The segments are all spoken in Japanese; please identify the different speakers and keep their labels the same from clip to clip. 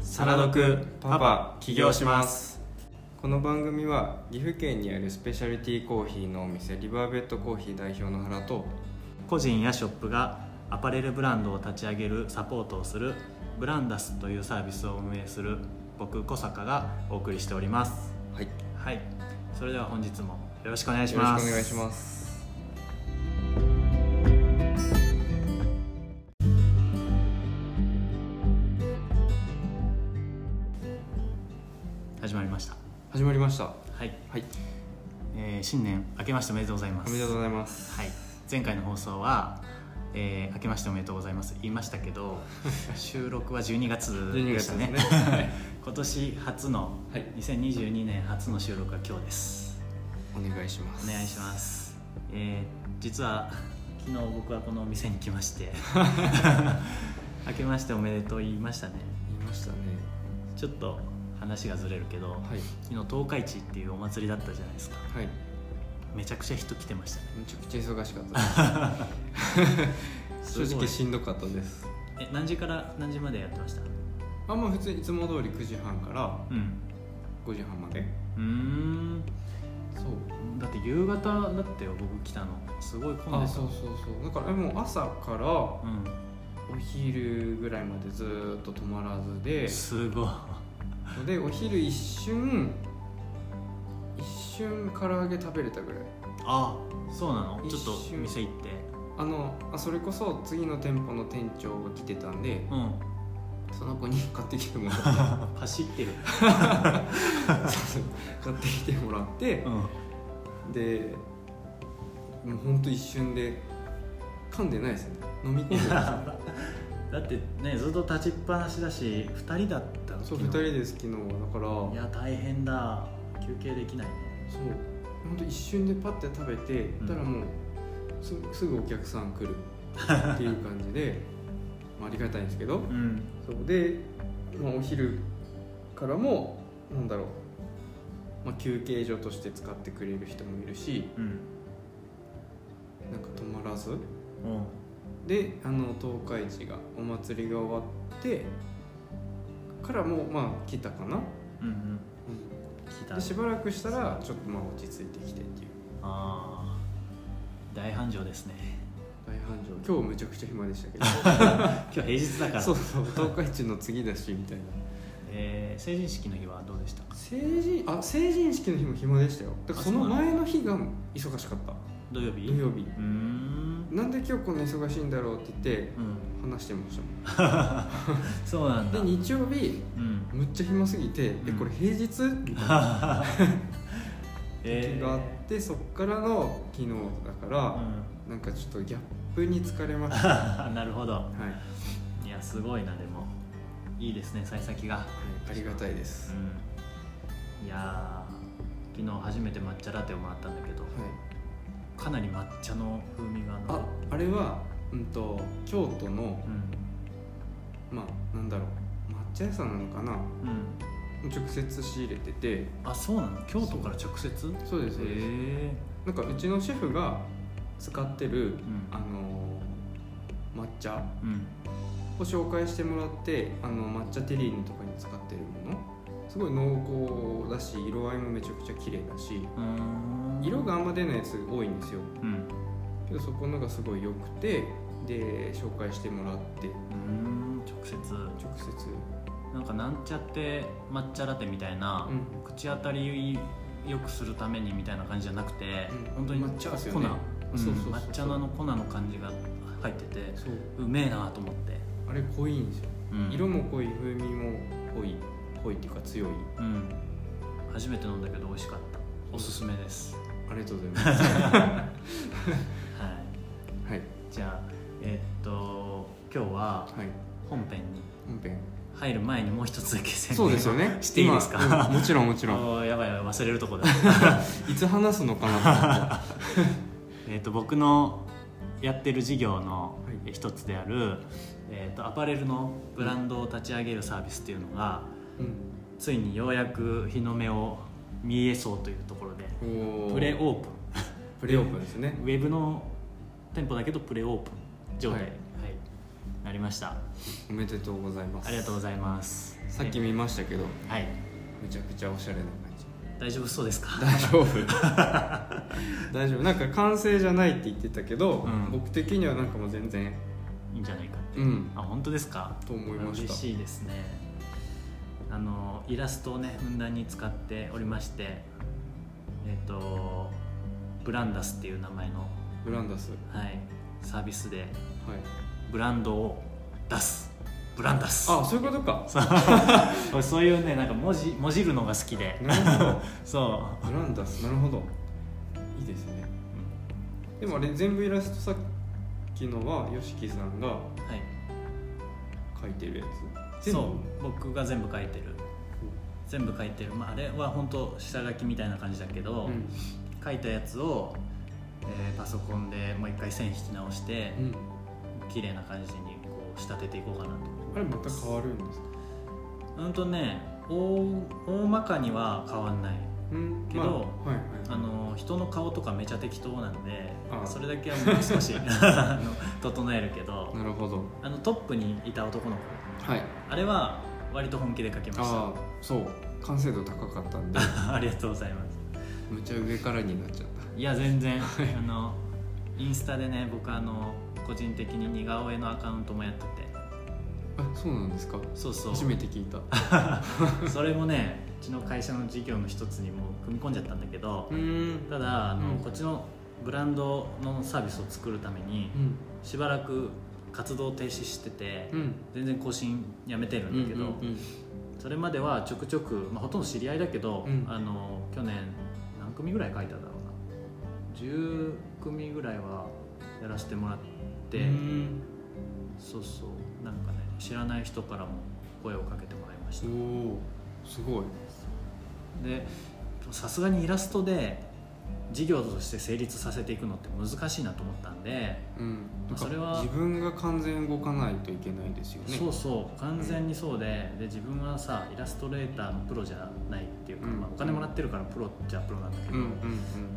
Speaker 1: サラドクパパ起業します
Speaker 2: この番組は岐阜県にあるスペシャリティコーヒーのお店リバーベッドコーヒー代表の原と
Speaker 3: 個人やショップがアパレルブランドを立ち上げるサポートをするブランダスというサービスを運営する僕小坂がお送りしております
Speaker 2: はいよ
Speaker 3: はいそれでは本日もよろしくお願い
Speaker 2: ろ
Speaker 3: し
Speaker 2: しくお
Speaker 3: ます
Speaker 2: 願いします
Speaker 3: 始まりました
Speaker 2: 始まりましたは
Speaker 3: はい、
Speaker 2: い
Speaker 3: えー新年明けましておめでとうございます
Speaker 2: おめでとうございます
Speaker 3: はい、前回の放送は、えー明けましておめでとうございます言いましたけ ど収録は12月
Speaker 2: 12
Speaker 3: で
Speaker 2: 月
Speaker 3: し
Speaker 2: で
Speaker 3: た
Speaker 2: す
Speaker 3: ね
Speaker 2: ね
Speaker 3: 今年初の、
Speaker 2: はい
Speaker 3: 2022年初の収録は今日です
Speaker 2: お願いしま
Speaker 3: お
Speaker 2: す
Speaker 3: 願いします、えー実は昨日僕はこのお店に来まして 明けましておめでとう言いましたね
Speaker 2: 言いましたね
Speaker 3: ちょっと話がずれるけど、
Speaker 2: はい
Speaker 3: 昨日東海市っていうお祭りだったじゃないですか
Speaker 2: はい
Speaker 3: めちゃくちゃ人来てましたね
Speaker 2: めちゃくちゃ忙しかったです
Speaker 3: す
Speaker 2: 正
Speaker 3: ご
Speaker 2: 直
Speaker 3: い
Speaker 2: しんどかったです
Speaker 3: え何時から何時までやってました
Speaker 2: あんまあ普通にいつも通り9時半から
Speaker 3: うん
Speaker 2: 5時半まで
Speaker 3: うーん
Speaker 2: そう
Speaker 3: だって夕方だってよ僕来たのすごい混ん
Speaker 2: あ
Speaker 3: でた
Speaker 2: そうそうそうだからえもう朝からお
Speaker 3: う
Speaker 2: 昼ぐらいまでずーっと止まらずで
Speaker 3: んすごい
Speaker 2: でお昼一瞬一瞬唐揚げ食べれたぐらい
Speaker 3: あそうなの
Speaker 2: 一
Speaker 3: ちょ
Speaker 2: 瞬
Speaker 3: っと店行って
Speaker 2: あのあそれこそ次の店舗の店長が来てたんで
Speaker 3: うん
Speaker 2: その子に買ってきてもら っ
Speaker 3: パシってる
Speaker 2: てそうそう買ってきてもらって
Speaker 3: う、ん
Speaker 2: でもうほんと一瞬で噛んでないですよね飲み込んで
Speaker 3: い
Speaker 2: ます
Speaker 3: や だってねずっと立ちっぱなしだし2人だったの
Speaker 2: そう
Speaker 3: 昨
Speaker 2: 2
Speaker 3: 日
Speaker 2: 人です昨日はだから
Speaker 3: いや大変だ休憩できないね
Speaker 2: そうほんと一瞬でパッて食べて、
Speaker 3: うん
Speaker 2: たらもうすすぐお客さん来るっていう感 じでまあありがたいんですけど
Speaker 3: うん
Speaker 2: そうで、まあ、お昼からもなんだろう、まあ、休憩所として使ってくれる人もいるし
Speaker 3: うん
Speaker 2: なんか止まらず
Speaker 3: うん
Speaker 2: であの東海市がお祭りが終わってからもうまあ来たかな、
Speaker 3: うんうん聞いた
Speaker 2: でしばらくしたらちょっとまあ落ち着いてきてっていう
Speaker 3: あー大繁盛ですね
Speaker 2: 大繁盛今日めちゃくちゃ暇でしたけど
Speaker 3: 今日平日だから
Speaker 2: そうそう東海市の次だしみたいな
Speaker 3: えー成人式の日はどうでした
Speaker 2: 成人あ成人式の日も暇でしたよだからその
Speaker 3: あそうなの
Speaker 2: 前の日が忙しかった
Speaker 3: 土曜日
Speaker 2: 土曜日
Speaker 3: うーん
Speaker 2: なんで今日こんな忙しいんだろうって言って
Speaker 3: うん
Speaker 2: 話してまし
Speaker 3: そうなん
Speaker 2: た
Speaker 3: だ
Speaker 2: もんで日曜日
Speaker 3: うん
Speaker 2: むっちゃ暇すぎて、
Speaker 3: ん
Speaker 2: えこれ平日みたいな時
Speaker 3: え
Speaker 2: があって、そっからの昨日だから、なんかちょっとギャップに疲れました はい、
Speaker 3: うん なるほどいやすごいなでもいいですね幸先が
Speaker 2: ありがたいです、
Speaker 3: うんいやー昨日初めて抹茶ラテをもらったんだけどかなり抹茶の風味があ
Speaker 2: はい
Speaker 3: の、
Speaker 2: ああれは、うん、と京都の
Speaker 3: うん
Speaker 2: まあなんだろう抹茶屋さんなのかな
Speaker 3: うん
Speaker 2: 直接仕入れてて
Speaker 3: あそうなの京都から直接
Speaker 2: そうですそうです
Speaker 3: へ
Speaker 2: なんかうちのシェフが使ってる、
Speaker 3: ん
Speaker 2: あのー抹茶
Speaker 3: えうん
Speaker 2: を紹介してもらってあの抹茶テリーヌとかに使ってるものすごい濃厚だし色合いもめちゃくちゃ綺麗だし
Speaker 3: うーん
Speaker 2: 色があんま出ないやつ多いんですよ
Speaker 3: うん
Speaker 2: けどそこのがすごい良くてで紹介してもらって
Speaker 3: うーん直接
Speaker 2: 直接
Speaker 3: なんかなんちゃって抹茶ラテみたいな、
Speaker 2: うん
Speaker 3: 口当たりよくするためにみたいな感じじゃなくて、
Speaker 2: うん
Speaker 3: 本当に
Speaker 2: 抹茶です
Speaker 3: 粉、
Speaker 2: よね
Speaker 3: うん
Speaker 2: そうそうそう
Speaker 3: 抹茶のあの粉の感じが入ってて
Speaker 2: そう
Speaker 3: うめえなと思って、
Speaker 2: あれ濃いんですよ、
Speaker 3: うん、
Speaker 2: 色も濃い風味も濃い濃いっていうか強い
Speaker 3: うん初めて飲んだけど美味しかったおすすめです、
Speaker 2: ありがとうござい ま
Speaker 3: は
Speaker 2: す
Speaker 3: い、
Speaker 2: はい
Speaker 3: じゃあえっと今日は
Speaker 2: はい
Speaker 3: 本編に
Speaker 2: 本編
Speaker 3: 入る前にもう一つだけ宣
Speaker 2: そうですよね
Speaker 3: していいです
Speaker 2: 今
Speaker 3: か
Speaker 2: うんもちろんもちろん
Speaker 3: おーやばいやばい忘れるとこだ
Speaker 2: いつ話すのかな
Speaker 3: えー、と僕のやってる事業の
Speaker 2: はい
Speaker 3: えー一つである、えー、とアパレルのブランドを立ち上げるサービスっていうのが
Speaker 2: と思って、
Speaker 3: ついにようやく日の目を見えそうというところで
Speaker 2: うん、おー
Speaker 3: プレオープ
Speaker 2: プレオープンですね
Speaker 3: ンウェブの店舗だけどプレオープン状態、
Speaker 2: はい
Speaker 3: はいなりました
Speaker 2: おめでとうございます
Speaker 3: ありがとうございます
Speaker 2: さっき見ましたけど
Speaker 3: はい
Speaker 2: めちゃくちゃおしゃれな感じ
Speaker 3: 大丈夫そうですか
Speaker 2: 大丈夫大丈夫なん か完成じゃないって言ってたけど、
Speaker 3: うん
Speaker 2: 僕的にはなんかもう全然
Speaker 3: いいんじゃないかって、
Speaker 2: うん
Speaker 3: あ本当ですか
Speaker 2: と思いました
Speaker 3: 嬉しいですねあのイラストをねふんだんに使っておりましてえっ、とブランダスっていう名前の、
Speaker 2: ブランダスは
Speaker 3: はい、サービスで
Speaker 2: い
Speaker 3: ブランドを出すブランダス
Speaker 2: あそういうことか
Speaker 3: そう俺 そういうねなんか文字文字るのが好き で
Speaker 2: なるほど
Speaker 3: そう
Speaker 2: ブランダスなるほどいいですねでもあれ全部イラストさっきのは YOSHIKI さんが
Speaker 3: うん、はい
Speaker 2: 描いてるやつ全部
Speaker 3: そう僕が全部書いてる全部書いてる、まあ、あれは本当下書きみたいな感じだけど、
Speaker 2: うん
Speaker 3: 書いたやつを、えーパソコンでもう一回線引き直して、
Speaker 2: うん
Speaker 3: 綺麗な感じにこう仕立てていこうかなと
Speaker 2: あれまた変わるんですか
Speaker 3: うんとね大大まかには変わんない
Speaker 2: うん
Speaker 3: けど
Speaker 2: まあはいはい
Speaker 3: あの人の顔とかめちゃ適当なんで
Speaker 2: ああ
Speaker 3: それだけはもう少 しあの整えるけど
Speaker 2: なるほど
Speaker 3: あのトップにいた男の子
Speaker 2: はい
Speaker 3: あれは割と本気で描きまし
Speaker 2: ああそう完成度高かったんで
Speaker 3: た ありがとうございます
Speaker 2: むちゃ上からになっちゃっ
Speaker 3: いや全然あのインスタでね僕あの個人的に似顔絵のアカウントもやってて
Speaker 2: たあそうなんですか
Speaker 3: そうそう
Speaker 2: 初めて聞いた
Speaker 3: それもねうちの会社の事業の一つにもう組み込んじゃったんだけど
Speaker 2: うん
Speaker 3: ただあの、
Speaker 2: うん
Speaker 3: こっちのブランドのサービスを作るために
Speaker 2: うん
Speaker 3: しばらく活動停止してて、
Speaker 2: うん
Speaker 3: 全然更新やめてるんだけど、それまではちょくちょく、まあ、ほとんど知り合いだけど、
Speaker 2: うん
Speaker 3: あの去年何組ぐらい書いただろうな10組ぐらいはやらせてもらって、
Speaker 2: うん
Speaker 3: そうそうなんかね知らない人からも声をかけてもらいました
Speaker 2: おおすごい
Speaker 3: でさすがにイラストで事業として成立させていくのって難しいなと思ったんで、
Speaker 2: うん
Speaker 3: まあ
Speaker 2: なんか
Speaker 3: それは
Speaker 2: 自分が完全に動かないといけないですよね
Speaker 3: そうそう完全にそうで,、で自分はさイラストレーターのプロじゃないっていうか、
Speaker 2: うん
Speaker 3: まあ、お金もらってるからプロっちゃプロなんだけ
Speaker 2: う
Speaker 3: ど、
Speaker 2: んうん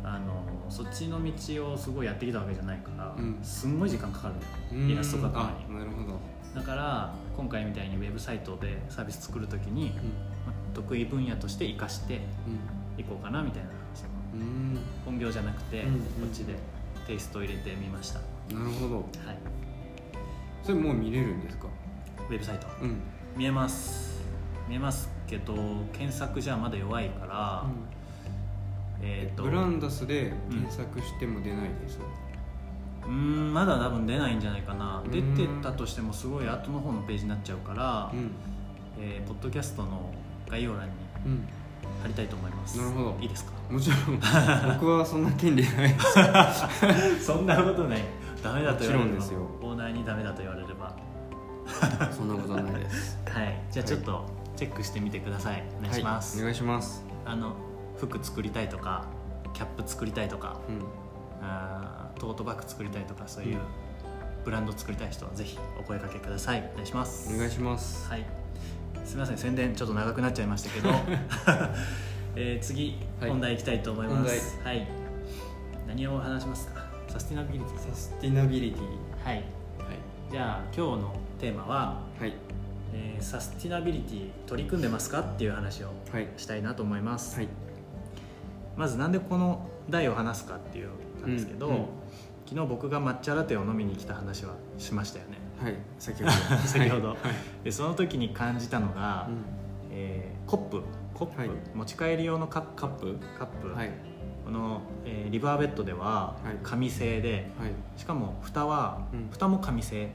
Speaker 3: あのそっちの道をすごいやってきたわけじゃないから、
Speaker 2: うん
Speaker 3: すんごい時間かかるんだよ
Speaker 2: うんうん
Speaker 3: イラスト描くのに
Speaker 2: あなるほど
Speaker 3: だから今回みたいにウェブサイトでサービス作る時に、まあ得意分野として活かしていこうかなみたいなその
Speaker 2: うんうん
Speaker 3: 本業じゃなくて、
Speaker 2: うんうん
Speaker 3: こっちでテイストを入れてみました、は
Speaker 2: なるほど
Speaker 3: い、
Speaker 2: それもう見れるんですか
Speaker 3: ウェブサイト
Speaker 2: うん
Speaker 3: 見えます見えますけど検索じゃまだ弱いから、えっ、と
Speaker 2: ブラ
Speaker 3: う
Speaker 2: ンダスで検索しても出ないです
Speaker 3: ーんまだ多分出ないんじゃないかな
Speaker 2: うん
Speaker 3: 出てたとしてもすごい後の方のページになっちゃうから
Speaker 2: う、ん
Speaker 3: えーポッドキャストの概要欄に
Speaker 2: うん
Speaker 3: 貼りたいと思います
Speaker 2: なるほど
Speaker 3: いいですか
Speaker 2: もちろん僕はそんな権利ないです
Speaker 3: そんなことないダメだと言われれば
Speaker 2: もちろん
Speaker 3: オーナーにダメだと言われれば
Speaker 2: そんなことないです
Speaker 3: はいじゃあちょっとチェックしてみてください、お願いします、
Speaker 2: はいお願いします
Speaker 3: あの服作りたいとかキャップ作りたいとか
Speaker 2: うん
Speaker 3: あートートバッグ作りたいとかそういううんブランド作りたい人はぜひお声掛けくださいお願いします
Speaker 2: お願いします
Speaker 3: はい、すみません宣伝ちょっと長くなっちゃいました けど、えー次、
Speaker 2: はい
Speaker 3: 本題いきたいと思いますはい何を話しますかサスティナビリティ
Speaker 2: サスティナビリティ
Speaker 3: はい
Speaker 2: は
Speaker 3: じゃあ今日のテーマは、
Speaker 2: いはい
Speaker 3: えーサスティナビリティ取り組んでますかっていう話を
Speaker 2: はい
Speaker 3: したいなと思います、
Speaker 2: はい
Speaker 3: まずなんでこの題を話すかっていうなんですけど、
Speaker 2: うんうん
Speaker 3: 昨日僕が抹茶ラテを飲みに来た話はしましたよね
Speaker 2: はい先ほど
Speaker 3: 先ほど
Speaker 2: はい
Speaker 3: でその時に感じたのが、えーコップコップ、
Speaker 2: はい
Speaker 3: 持ち帰り用のカカップカッ
Speaker 2: う
Speaker 3: プ、
Speaker 2: んはい
Speaker 3: この、えーリバーベッドでは
Speaker 2: はい
Speaker 3: 紙製で、
Speaker 2: はい
Speaker 3: しかも蓋は、
Speaker 2: うん
Speaker 3: 蓋も紙製で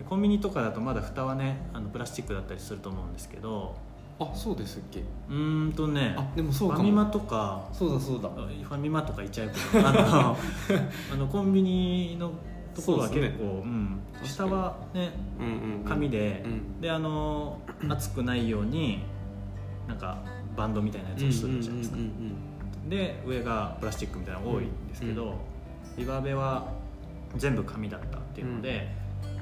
Speaker 2: うん
Speaker 3: コンビニとかだとまだ蓋はねあのプラスチックだったりすると思うんですけど
Speaker 2: あそうですっけ
Speaker 3: うーんとね
Speaker 2: あでも
Speaker 3: フ
Speaker 2: そうか
Speaker 3: ァ
Speaker 2: も
Speaker 3: ミマとか
Speaker 2: そうだそうだ
Speaker 3: ファミマとか行っちゃうけ どあのあのコンビニのところは
Speaker 2: そうで
Speaker 3: 結
Speaker 2: すね
Speaker 3: 構、うん、下はね
Speaker 2: うんうんうん
Speaker 3: 紙で、
Speaker 2: うん
Speaker 3: であの熱くないようになんかバンドみたいなやつをするじゃないですか、
Speaker 2: うんうんうんうん
Speaker 3: で上がプラスチックみたいなのが多いんですけど、
Speaker 2: うん
Speaker 3: リバーベは全部紙だったっていうので、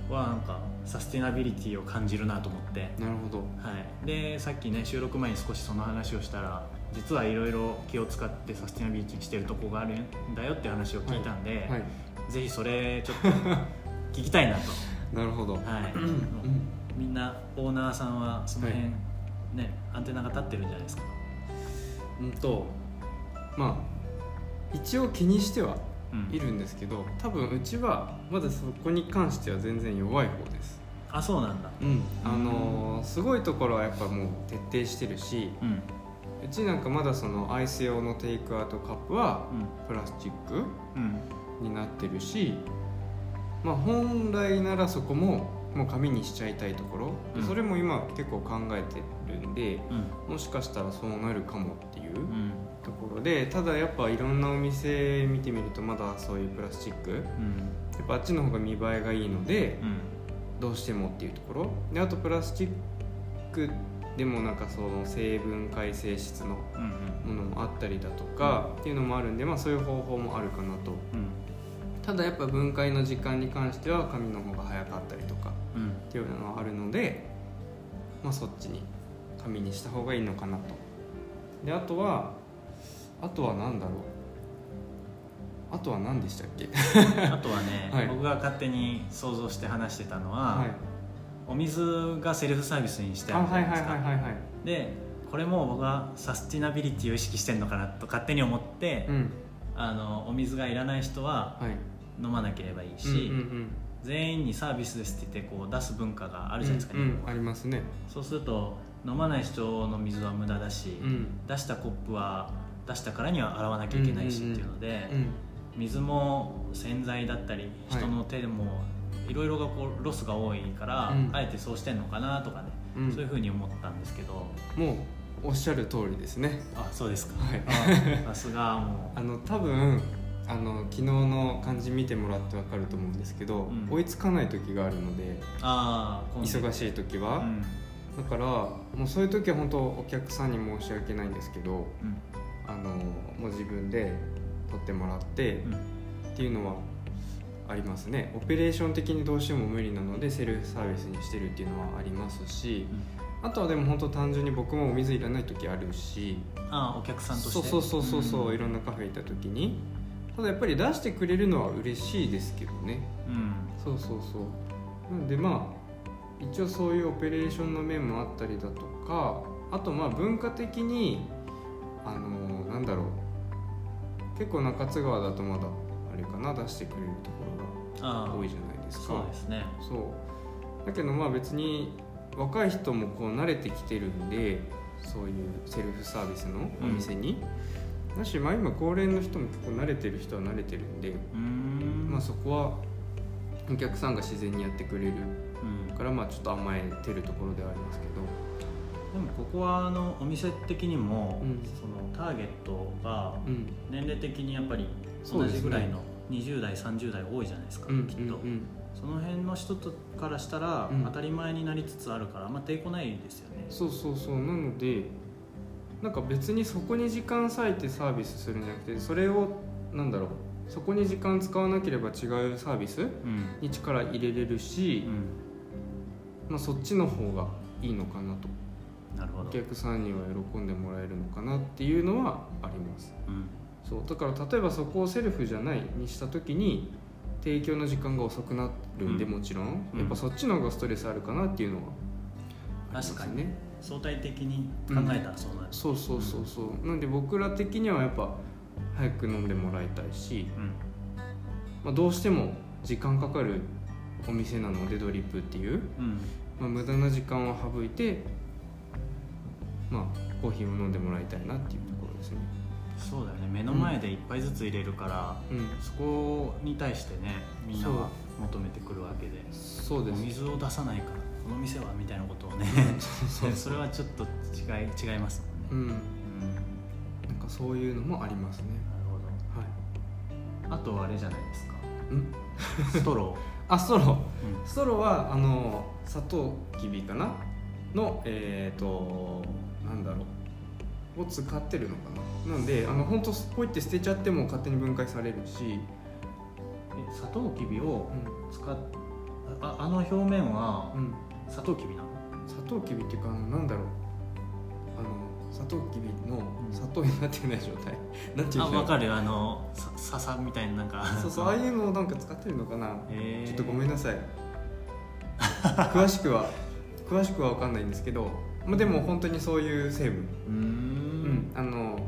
Speaker 3: はなんかサスティナビリティを感じるなと思って、
Speaker 2: なるほど
Speaker 3: はい、でさっきね収録前に少しその話をしたら実はいろいろ気を使ってサスティナビリティにしてるとこがあるんだよって話を聞いたんで、
Speaker 2: はい
Speaker 3: ぜひそれちょっと聞きたいなと
Speaker 2: なるほど、
Speaker 3: はい、
Speaker 2: うんうん
Speaker 3: みんなオーナーさんはその辺、
Speaker 2: はい
Speaker 3: ねアンテナが立ってるんじゃないですか、
Speaker 2: うんとまあ一応気にしては
Speaker 3: うん
Speaker 2: いるんですけど多分うちはまだそこに関しては全然弱い方です、
Speaker 3: あそうなんだ
Speaker 2: あのーすごいところはやっぱもう徹底してるし
Speaker 3: うんうん
Speaker 2: うちなんかまだそのアイス用のテイクアウトカップはプラスチック
Speaker 3: うん
Speaker 2: になってるし、まあ、本来ならそこももう紙にしちゃいたいところ、
Speaker 3: うん
Speaker 2: それも今結構考えてるんで
Speaker 3: うん
Speaker 2: もしかしたらそうなるかもっていう
Speaker 3: うん
Speaker 2: ところでただやっぱいろんなお店見てみるとまだそういうプラスチックや
Speaker 3: うん
Speaker 2: っぱあっちの方が見栄えがいいので
Speaker 3: うん
Speaker 2: どうしてもっていうところであとプラスチックでもなんかその成分改正質の
Speaker 3: うん
Speaker 2: ものもあったりだとかっていうのもあるんで、まあ、そういう方法もあるかなと
Speaker 3: うん
Speaker 2: ただやっぱ分解の時間に関しては紙の方が早かったりとか
Speaker 3: うん
Speaker 2: っていうのはあるので、まあ、そっちに紙にした方がいいのかなとであとはあとは何だろうあとは何でしたっけ
Speaker 3: あとはね、
Speaker 2: はい
Speaker 3: 僕が勝手に想像して話してたのは、
Speaker 2: はい
Speaker 3: お水がセルフサービスにして
Speaker 2: あ
Speaker 3: あるじゃ
Speaker 2: は
Speaker 3: ないいですか
Speaker 2: はいはいはいはい
Speaker 3: でこれも僕はサスティナビリティを意識してるのかなと勝手に思って、
Speaker 2: うん
Speaker 3: あのお水がいらない人は
Speaker 2: はい
Speaker 3: 飲まなければいいし、
Speaker 2: うんうん
Speaker 3: 全員にサービスですって言ってこう出す文化があ
Speaker 2: あ
Speaker 3: るじゃないですか、
Speaker 2: うん
Speaker 3: 日本
Speaker 2: うん
Speaker 3: は
Speaker 2: ありますね
Speaker 3: そうすると飲まない人の水は無駄だし、
Speaker 2: うん
Speaker 3: 出したコップは出したからには洗わなきゃいけないしっていうので、
Speaker 2: うん
Speaker 3: 水も洗剤だったり
Speaker 2: はい
Speaker 3: 人の手でもいろいろがこうロスが多いから、
Speaker 2: うん
Speaker 3: あえてそうしてんのかなとかね、
Speaker 2: うん
Speaker 3: そういうふうに思ったんですけど
Speaker 2: もうおっしゃる通りですね
Speaker 3: あそうですか
Speaker 2: はい
Speaker 3: あさすがも
Speaker 2: あの多分あの昨日の感じ見てもらってわかると思うんですけど、
Speaker 3: うん
Speaker 2: 追いつかない時があるので
Speaker 3: うああ
Speaker 2: 忙
Speaker 3: しい
Speaker 2: しい時
Speaker 3: う
Speaker 2: は、
Speaker 3: ん
Speaker 2: だからもうそういう時は本当お客さんに申し訳ないんですけど
Speaker 3: うん
Speaker 2: あのもう自分で取ってもらって、
Speaker 3: うん
Speaker 2: っていうのはありますねオペレーション的にどうしても無理なのでセルフサービスにしてるっていうのはありますしあとはでも本当単純に僕もお水いらない時あるし
Speaker 3: ああお客さんとして
Speaker 2: そうそうそうそうそう、いろ
Speaker 3: ん
Speaker 2: んなカフェ行った時にただやっぱり出してくれるのは嬉しいですけどね
Speaker 3: うん
Speaker 2: そうそうそうなんでまあ一応そういうオペレーションの面もあったりだとかあとまあ文化的にあのなんだろう結構中津川だとまだあれかな出してくれると
Speaker 3: あ
Speaker 2: ころが
Speaker 3: あ
Speaker 2: 多いじゃないです
Speaker 3: そ
Speaker 2: か
Speaker 3: うですね
Speaker 2: そうだけどまあ別に若い人もこう慣れてきてるんでそういうセルフサービスのお店に、だしまあ今高齢の人も結構慣れてる人は慣れてるんで
Speaker 3: うーん
Speaker 2: まあ、そこはお客さんが自然にやってくれる
Speaker 3: うんで
Speaker 2: からまあちょっと甘えてるところではありますけど
Speaker 3: もここはあのお店的にも、
Speaker 2: うん
Speaker 3: そのターゲットが
Speaker 2: うん
Speaker 3: 年齢的にやっぱり
Speaker 2: そう
Speaker 3: 同
Speaker 2: ですね
Speaker 3: じぐらいの20代30代多いじゃないですか、
Speaker 2: うん
Speaker 3: きっ
Speaker 2: うん
Speaker 3: と、
Speaker 2: うん
Speaker 3: その辺の人とからしたら、
Speaker 2: うん
Speaker 3: 当たり前になりつつあるからあんま抵抗ないですよね
Speaker 2: そうそうそうなのでなんか別にそこに時間割いてサービスするんじゃなくてそれをなんだろうそこに時間使わなければ違うサービス
Speaker 3: うん、
Speaker 2: に力入れれるし、まあ、そっちの方がいいのかなと
Speaker 3: なるほど
Speaker 2: お、客さんには喜んでもらえるのかなっていうのはあります
Speaker 3: うん
Speaker 2: そうだから例えばそこをセルフじゃないにした時に提供の時間が遅くなるんで、
Speaker 3: うん
Speaker 2: もちろん
Speaker 3: うん
Speaker 2: やっぱそっちの方がストレスあるかなっていうのはあります
Speaker 3: 確かに
Speaker 2: ね
Speaker 3: 相対的に考えたらそうなる
Speaker 2: そうそうそうそう、なんで僕ら的にはやっぱ早く飲んでもらいたいし、
Speaker 3: うん
Speaker 2: まあ、どうしても時間かかるお店なのでドリップっていう、
Speaker 3: うん
Speaker 2: まあ、無駄な時間を省いてまあコーヒーを飲んでもらいたいなっていうところですね
Speaker 3: そうだよね目の前で一杯ずつ入れるから、
Speaker 2: うん
Speaker 3: そこに対してねみんなが求めてくるわけで
Speaker 2: そう
Speaker 3: お
Speaker 2: です
Speaker 3: 水を出さないからこの店はみたいなことをね
Speaker 2: そうそう
Speaker 3: それはちょっと違い違います
Speaker 2: う
Speaker 3: もんね、
Speaker 2: ん
Speaker 3: うん
Speaker 2: なんかそういうのもありますね
Speaker 3: なるほど
Speaker 2: はい
Speaker 3: あとはあれじゃない ですか
Speaker 2: ん
Speaker 3: ストロ
Speaker 2: あストロー
Speaker 3: ー、うん
Speaker 2: ストローはあのサトウキビかなのえっ、となんだろうを使ってるのかななんであの本当ポイって捨てちゃっても勝手に分解されるし、
Speaker 3: えサトウキビを
Speaker 2: う
Speaker 3: 使っああの表面は
Speaker 2: んうん、
Speaker 3: サトウキビなの
Speaker 2: サトウキビっていうかあのなんだろうあのサトウキビの砂糖になってない状態、 なんてい
Speaker 3: あ
Speaker 2: うんだろ
Speaker 3: 分
Speaker 2: う
Speaker 3: かるあのさ笹みたいななんか
Speaker 2: そうそうああいうのをなんか使ってるのかな
Speaker 3: へー
Speaker 2: ちょっとごめんなさい詳しくは詳しくは分かんないんですけど、まあ、でも本当にそういう成分、
Speaker 3: うー
Speaker 2: うん
Speaker 3: ん
Speaker 2: あの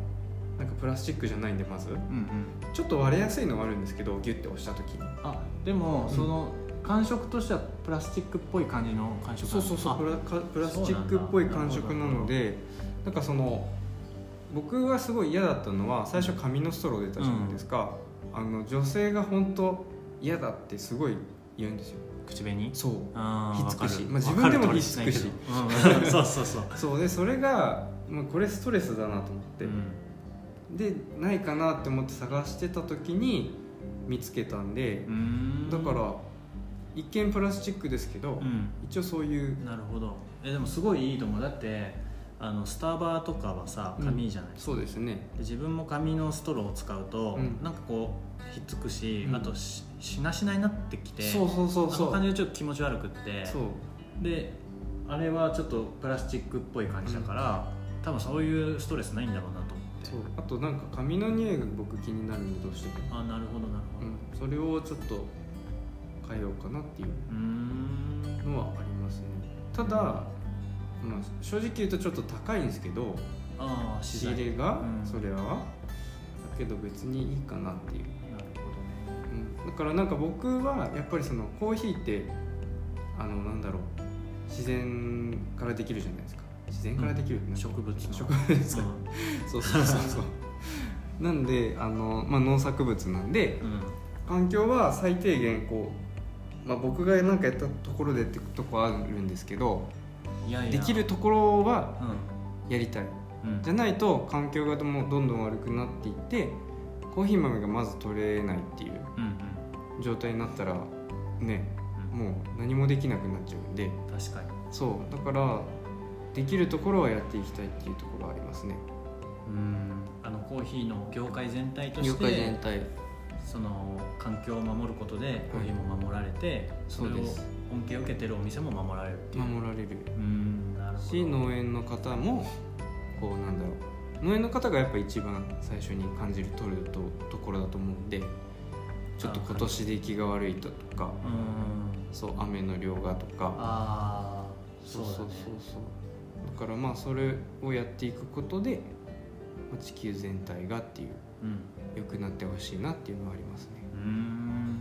Speaker 2: なんかプラスチックじゃないんでまず
Speaker 3: うんうん
Speaker 2: ちょっと割れやすいのはあるんですけどギュッて押した時に
Speaker 3: あでも、
Speaker 2: うん
Speaker 3: その感触としてはプラスチックっぽい感じの感触
Speaker 2: そうそうそう
Speaker 3: あ
Speaker 2: プラかプラスチックっぽい感触なのでなんかその僕がすごい嫌だったのは最初紙のストロー出たじゃないですか、あの女性が本当嫌だってすごい言うんですよ
Speaker 3: 口紅
Speaker 2: そう
Speaker 3: あー
Speaker 2: ひっつくし
Speaker 3: わかる
Speaker 2: まあ自分でも
Speaker 3: わかる
Speaker 2: ひっつくし
Speaker 3: わかるうんそうそうそう
Speaker 2: そうでそれが、まあ、これストレスだなと思って、
Speaker 3: うん
Speaker 2: でないかなって思って探してた時に見つけたんで
Speaker 3: うー、ん
Speaker 2: だから一見プラスチックですけ
Speaker 3: う
Speaker 2: ど、
Speaker 3: ん
Speaker 2: 一応そういう
Speaker 3: なるほどえでもすごいいいと思うだってあのスタバとかはさ紙じゃないですか、
Speaker 2: そうですね
Speaker 3: で自分も紙のストローを使うと、
Speaker 2: うん
Speaker 3: なんかこうひっつくし、
Speaker 2: うん
Speaker 3: あとししなしなになってきて
Speaker 2: そうそうそう
Speaker 3: あ
Speaker 2: そ
Speaker 3: の
Speaker 2: う
Speaker 3: 感じがちょっと気持ち悪くって
Speaker 2: そう
Speaker 3: であれはちょっとプラスチックっぽい感じだから、多分そういうストレスないんだろうなと思って
Speaker 2: そうあとなんか髪の匂いが僕気になるんでどうしても、
Speaker 3: あなるほどなるほ
Speaker 2: う
Speaker 3: ど
Speaker 2: ん、それをちょっと変えようかなっていう
Speaker 3: ーん
Speaker 2: のはありますねただ、まあ、正直言うとちょっと高いんですけど
Speaker 3: ああ
Speaker 2: 仕
Speaker 3: 資材
Speaker 2: 入れが、
Speaker 3: うん
Speaker 2: それはだけど別にいいかなっていう、
Speaker 3: なるほどね
Speaker 2: うん、だからなんか僕はやっぱりそのコーヒーってあのなんだろう自然からできるじゃないですか自然からできるってなんか
Speaker 3: 植物の
Speaker 2: 植物ですか そうそうそうそうなんであの、まあ、農作物なんで
Speaker 3: うん、うん
Speaker 2: 環境は最低限こう、まあ、僕が何かやったところでってとこはあるんですけど
Speaker 3: いやいや
Speaker 2: できるところは
Speaker 3: う
Speaker 2: やりたい
Speaker 3: ん、うん、
Speaker 2: じゃないと環境がどんどんどん悪くなっていってコーヒー豆がまず取れないっていう
Speaker 3: うんうん
Speaker 2: 状態になったらね
Speaker 3: うん
Speaker 2: もう何もできなくなっちゃうんで
Speaker 3: 確かに
Speaker 2: そうだからできるところはやっていきたいっていうところはありますね
Speaker 3: うんあのコーヒーの業界全体として
Speaker 2: 体
Speaker 3: その環境を守ることでコーヒーも守られて、それを
Speaker 2: そうです
Speaker 3: 恩恵を受けてるお店も守られるっていう
Speaker 2: 守られる
Speaker 3: うんなるほど
Speaker 2: し農園の方もこうなんだろう農園の方がやっぱ一番最初に感じる取るとところだと思うんでちょっと今年出来が悪いとか
Speaker 3: うん
Speaker 2: そう雨の量がとか
Speaker 3: ああそうだね
Speaker 2: そうそうだからまあそれをやっていくことでまあ地球全体がっていう
Speaker 3: うん
Speaker 2: 良くなってほしいなっていうのはありますね
Speaker 3: うん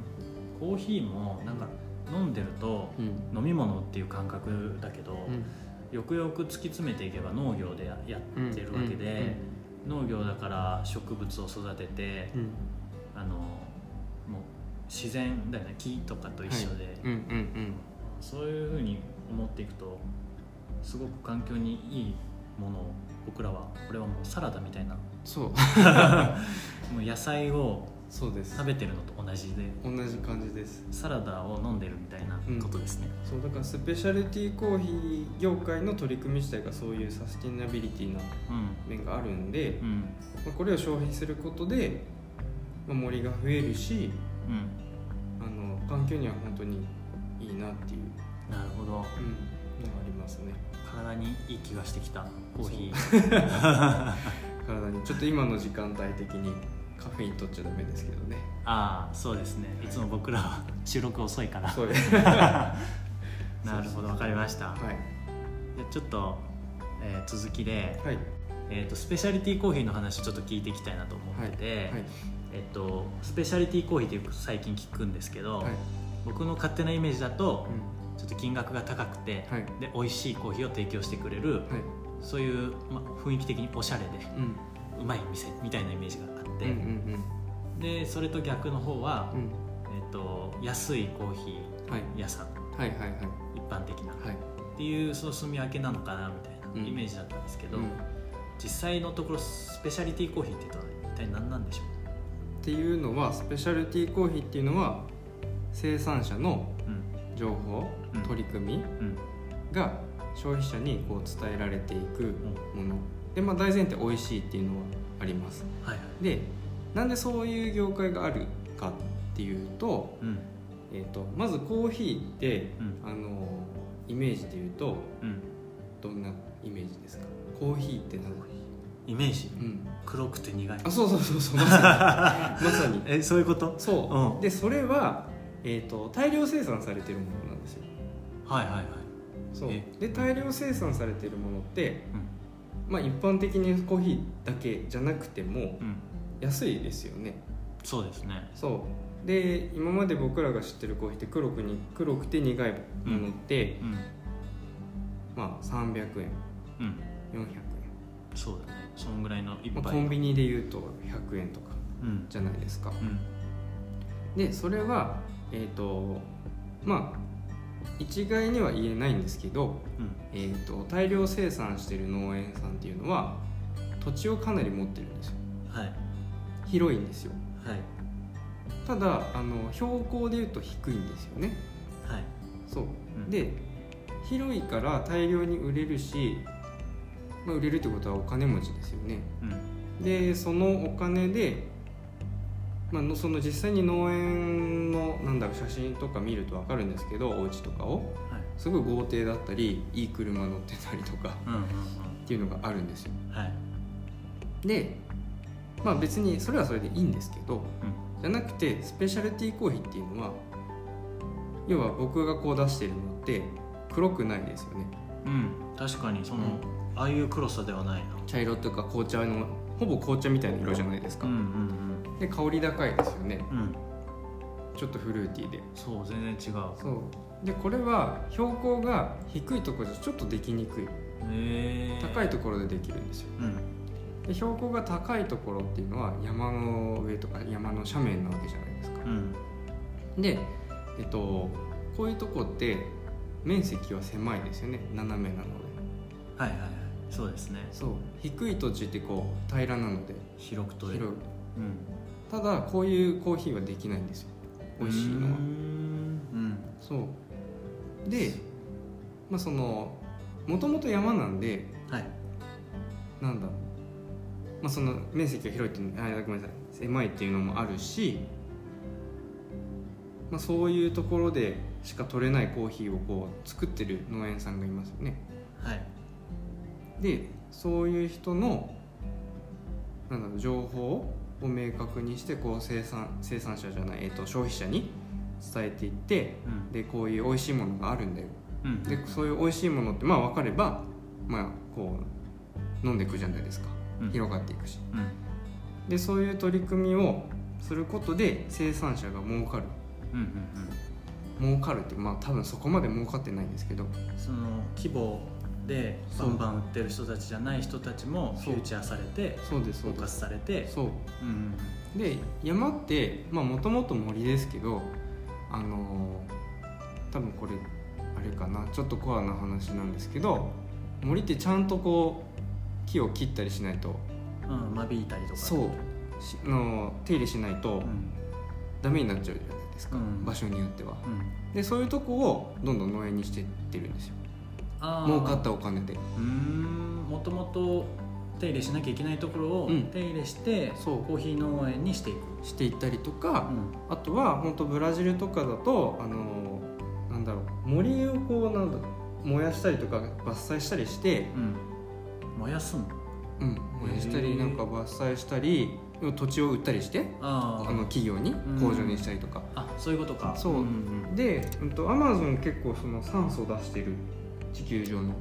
Speaker 3: コーヒーもなんか飲んでると
Speaker 2: うん
Speaker 3: 飲み物っていう感覚だけど、よくよく突き詰めていけば農業でやや
Speaker 2: う
Speaker 3: っ
Speaker 2: ん
Speaker 3: てるわけで、農業だから植物を育てて、
Speaker 2: うんうん
Speaker 3: あのもう自然だよね木とかと一緒で、
Speaker 2: うんうんうん
Speaker 3: そういうふうに思っていくとすごく環境にいいものを僕らはこれはもうサラダみたいなも
Speaker 2: そう
Speaker 3: う野菜を
Speaker 2: そうです
Speaker 3: 食べてるのと同じで
Speaker 2: 同じ感じです
Speaker 3: サラダを飲んでるみたいなことですね、
Speaker 2: そうだからスペシャルティーコーヒー業界の取り組み自体がそういうサスティナビリティな
Speaker 3: うん
Speaker 2: 面があるんで
Speaker 3: う、ん
Speaker 2: まあこれを消費することで、まあ、森が増えるし
Speaker 3: うん
Speaker 2: あの環境には本当にいいなっていう、
Speaker 3: なるほど
Speaker 2: うん、のがありますね
Speaker 3: 体にいい気がしてきたコーヒー
Speaker 2: 体にちょっと今の時間帯的にカフェイン取っちゃダメですけどね
Speaker 3: ああそうですねいつも僕らは収録遅いから
Speaker 2: そうですは
Speaker 3: なるほどわかりました、
Speaker 2: い
Speaker 3: でちょっと、えー続きで、
Speaker 2: はい
Speaker 3: えー、とスペシャリティコーヒーの話をちょっと聞いていきたいなと思ってて、
Speaker 2: はい
Speaker 3: えっと、スペシャリティコーヒーってよく最近聞くんですけど、
Speaker 2: はい
Speaker 3: 僕の勝手なイメージだと、
Speaker 2: うん
Speaker 3: ちょっと金額が高くて、
Speaker 2: はい
Speaker 3: で美味しいコーヒーを提供してくれる、
Speaker 2: はい
Speaker 3: そういう、ま、雰囲気的におしゃれで
Speaker 2: うん
Speaker 3: うまい店みたいなイメージがあって、
Speaker 2: うんうん
Speaker 3: でそれと逆の方は
Speaker 2: う、ん
Speaker 3: えっと、安いコーヒ
Speaker 2: うんはい
Speaker 3: ー屋さん
Speaker 2: はいはいはい
Speaker 3: 一般的な、
Speaker 2: はい
Speaker 3: っていうその住み分けなのかなみたいなイメージだったんですけど、
Speaker 2: うん
Speaker 3: 実際のところスペシャリティコーヒーって言ったら一体何なんでしょ
Speaker 2: っていうのはスペシャルティーコーヒーっていうのは生産者の
Speaker 3: う、うん
Speaker 2: 情報、
Speaker 3: うん
Speaker 2: 取り組み
Speaker 3: うん
Speaker 2: が消費者にこう伝えられていくもので、まあ、大前提美味しいっていうのはあります
Speaker 3: はいはい
Speaker 2: でなんでそういう業界があるかっていうと,、
Speaker 3: うん
Speaker 2: えー、とまずコーヒーって、
Speaker 3: うん
Speaker 2: あのイメージで言うと
Speaker 3: うん
Speaker 2: どんなイメージですかコーヒーって何だ、
Speaker 3: イメージ
Speaker 2: うん、
Speaker 3: 黒くて苦い
Speaker 2: あそうそうそ うそうまさにまさに
Speaker 3: えそういうこと
Speaker 2: そう、
Speaker 3: うん
Speaker 2: でそれは、えー、と大量生産されてるものなんですよ
Speaker 3: はいはいはい
Speaker 2: そう
Speaker 3: え
Speaker 2: で大量生産されているものって、
Speaker 3: うん
Speaker 2: まあ、一般的にコーヒーだけじゃなくても
Speaker 3: うん
Speaker 2: 安いですよね
Speaker 3: そうですね
Speaker 2: そうで今まで僕らが知ってるコーヒーって黒くに黒くて苦いものって、
Speaker 3: うん
Speaker 2: まあ、300
Speaker 3: う
Speaker 2: 円
Speaker 3: ん
Speaker 2: 400円、
Speaker 3: そうだねそんぐらいの一
Speaker 2: まあ、
Speaker 3: 杯
Speaker 2: コンビニで言うと100円とか
Speaker 3: うん
Speaker 2: じゃないですか
Speaker 3: うん
Speaker 2: でそれはえっ、とまあ一概には言えないんですけど、
Speaker 3: うん
Speaker 2: えー、と大量生産してる農園さんっていうのは土地をかなり持ってるんですよ
Speaker 3: はい
Speaker 2: 広いんですよ
Speaker 3: はい
Speaker 2: ただあの標高でいうと低いんですよね
Speaker 3: はい
Speaker 2: そう、
Speaker 3: うん
Speaker 2: で広いから大量に売れるし、まあ、売れるってことはお金持ちですよね
Speaker 3: うん
Speaker 2: でそのお金で、まあ、のその実際に農園のなんだろう写真とか見ると分かるんですけどお家とかを
Speaker 3: はい
Speaker 2: すごい豪邸だったりいい車乗ってたりとか
Speaker 3: うんうん
Speaker 2: っていうのがあるんですよ
Speaker 3: うんはい
Speaker 2: でまあ別にそれはそれでいいんですけど
Speaker 3: うん
Speaker 2: じゃなくてスペシャルティーコーヒーっていうのは要は僕がこう出してるのって黒くないですよね
Speaker 3: うん確かにその、ああいう黒さではないな
Speaker 2: 茶色とか紅茶のほぼ紅茶みたいな色じゃないですか、
Speaker 3: うんうん
Speaker 2: で香り高いですよね
Speaker 3: うんうん
Speaker 2: ちょっとフルーティーで
Speaker 3: そう全然違う
Speaker 2: そうでこれは標高が低いところじゃちょっとできにくい
Speaker 3: へえ
Speaker 2: 高
Speaker 3: い
Speaker 2: いところでできるんですよ
Speaker 3: うん
Speaker 2: で標高が高いところっていうのは山の上とか山の斜面なわけじゃないですか
Speaker 3: うん
Speaker 2: でえっとこういうとこって面積は狭いですよね斜めなので
Speaker 3: はいはいはいそうですね
Speaker 2: そう低い土地ってこう平らなので
Speaker 3: 広く取
Speaker 2: 広
Speaker 3: れ
Speaker 2: い
Speaker 3: るうん
Speaker 2: ただこういうコーヒーはできないんですよ美味しいのは
Speaker 3: うーん
Speaker 2: そうでまあそのもともと山なんで
Speaker 3: うんはい
Speaker 2: なんだろうまあその面積が広いっていうのあごめんなさい狭いっていうのもあるし、まあ、そういうところでしか取れないコーヒーをこう作ってる農園さんがいますよね
Speaker 3: はい
Speaker 2: でそういう人のなんだろう情報を明確にしてこう生産生産者じゃない、えー、と消費者に伝えていって
Speaker 3: うん
Speaker 2: でこういう美味しいものがあるんだよ
Speaker 3: うん
Speaker 2: でそういう美味しいものってまあ分かればまあこう飲んでいくじゃないですか
Speaker 3: うん
Speaker 2: 広がっていくし
Speaker 3: うん
Speaker 2: でそういう取り組みをすることで生産者が儲かる
Speaker 3: うんうん
Speaker 2: 儲かるってまあ多分そこまで儲かってないんですけど
Speaker 3: うんその規模でバ
Speaker 2: そう
Speaker 3: ンバン売ってる人たちじゃない人たちもフ
Speaker 2: そう
Speaker 3: ューチャーされて
Speaker 2: そうですそ
Speaker 3: フォ
Speaker 2: う
Speaker 3: ー
Speaker 2: で
Speaker 3: カ
Speaker 2: す
Speaker 3: スされて
Speaker 2: そう
Speaker 3: うんうん
Speaker 2: で山ってもともと森ですけどあのー多分これあれかなちょっとコアな話なんですけど森ってちゃんとこう木を切ったりしないと
Speaker 3: うんうん間引いたりとか
Speaker 2: そうしあのー手入れしないと
Speaker 3: うん
Speaker 2: ダメになっちゃうじゃないですか、
Speaker 3: うん
Speaker 2: 場所によっては
Speaker 3: うん
Speaker 2: でそういうとこをどんどん農園にしてってるんですよ
Speaker 3: あー
Speaker 2: 儲かったお金で
Speaker 3: うーんもともと手入れしなきゃいけないところを
Speaker 2: うん
Speaker 3: 手入れして、
Speaker 2: そう
Speaker 3: コーヒー農園にしていく、
Speaker 2: していったりとか、
Speaker 3: うん
Speaker 2: あとは本当ブラジルとかだとあのなんだろう森をこうなんだろう燃やしたりとか伐採したりして、
Speaker 3: うん、燃やすの
Speaker 2: うん、燃やした
Speaker 3: へ
Speaker 2: り
Speaker 3: ー
Speaker 2: なんか伐採したり土地を売ったりしてあ
Speaker 3: あー
Speaker 2: の企業に
Speaker 3: ん
Speaker 2: 工場にしたりとか、
Speaker 3: あそういうことか
Speaker 2: そうん
Speaker 3: ん
Speaker 2: で、うん、とアマゾン結構その酸素出してる地球上
Speaker 3: う
Speaker 2: の
Speaker 3: ん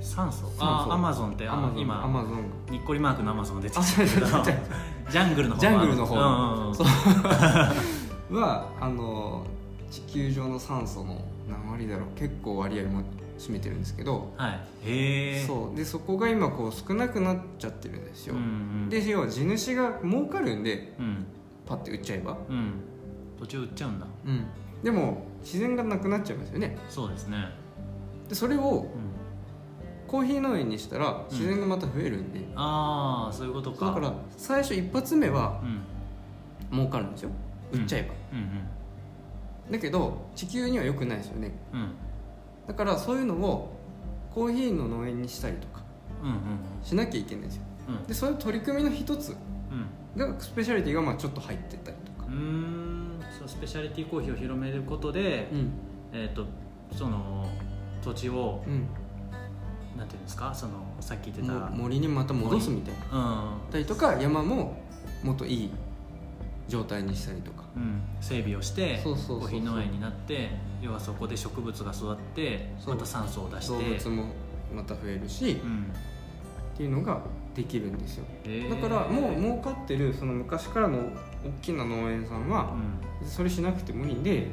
Speaker 3: 酸素
Speaker 2: 酸
Speaker 3: あ
Speaker 2: 素
Speaker 3: アマゾンってあの
Speaker 2: ア
Speaker 3: 今
Speaker 2: マゾンが
Speaker 3: にっこりマークのアマゾン出て
Speaker 2: あ
Speaker 3: きたけど
Speaker 2: そうそう
Speaker 3: ジャングルの方
Speaker 2: ジャングルの方
Speaker 3: うんうんうん
Speaker 2: そう はあの地球上の酸素の何割だろう結構割合も占めてるんですけど、
Speaker 3: はいへえ
Speaker 2: そうでそこが今こう少なくなっちゃってるんですよ、
Speaker 3: んうん、
Speaker 2: で要は地主が儲かるんで
Speaker 3: うん
Speaker 2: パッて売っちゃえば、
Speaker 3: うん途中売っちゃうんだ
Speaker 2: うん、でも自然がなくなっちゃいますよね
Speaker 3: そうですね、
Speaker 2: でそれを
Speaker 3: うん、
Speaker 2: コーヒー農園にしたら自然がまた増えるんで、
Speaker 3: ああそういうことか
Speaker 2: だから最初一発目は
Speaker 3: うん
Speaker 2: 儲かるんですよ売っちゃえば、
Speaker 3: うん
Speaker 2: だけど地球には良くないですよね
Speaker 3: うんうん
Speaker 2: だからそういうのをコーヒーの農園にしたりとか
Speaker 3: うんうん
Speaker 2: しなきゃいけないんですよ
Speaker 3: うん
Speaker 2: でそういう取り組みの一つ
Speaker 3: うんうん
Speaker 2: がスペシャリティがまあちょっと入ってたりと
Speaker 3: う
Speaker 2: か
Speaker 3: ー、んそうスペシャリティコーヒーを広めることで、
Speaker 2: うん
Speaker 3: えっ、とその土地を
Speaker 2: うん、
Speaker 3: なんていうんですかそのさっき言ってた
Speaker 2: も森にまた戻すみたいな
Speaker 3: うん
Speaker 2: たりとか山ももっといい状態にしたりとか
Speaker 3: うん、整備をして
Speaker 2: そうそうそうそう
Speaker 3: コーヒー農園になって要はそこで植物が育って
Speaker 2: そう
Speaker 3: また酸素を出して
Speaker 2: 動物もまた増えるし、
Speaker 3: う
Speaker 2: っ
Speaker 3: ん
Speaker 2: ていうのができるんですよ
Speaker 3: えー
Speaker 2: だからもう儲かってるその昔からの大きな農園さんは
Speaker 3: うん
Speaker 2: それしなくてもいいんで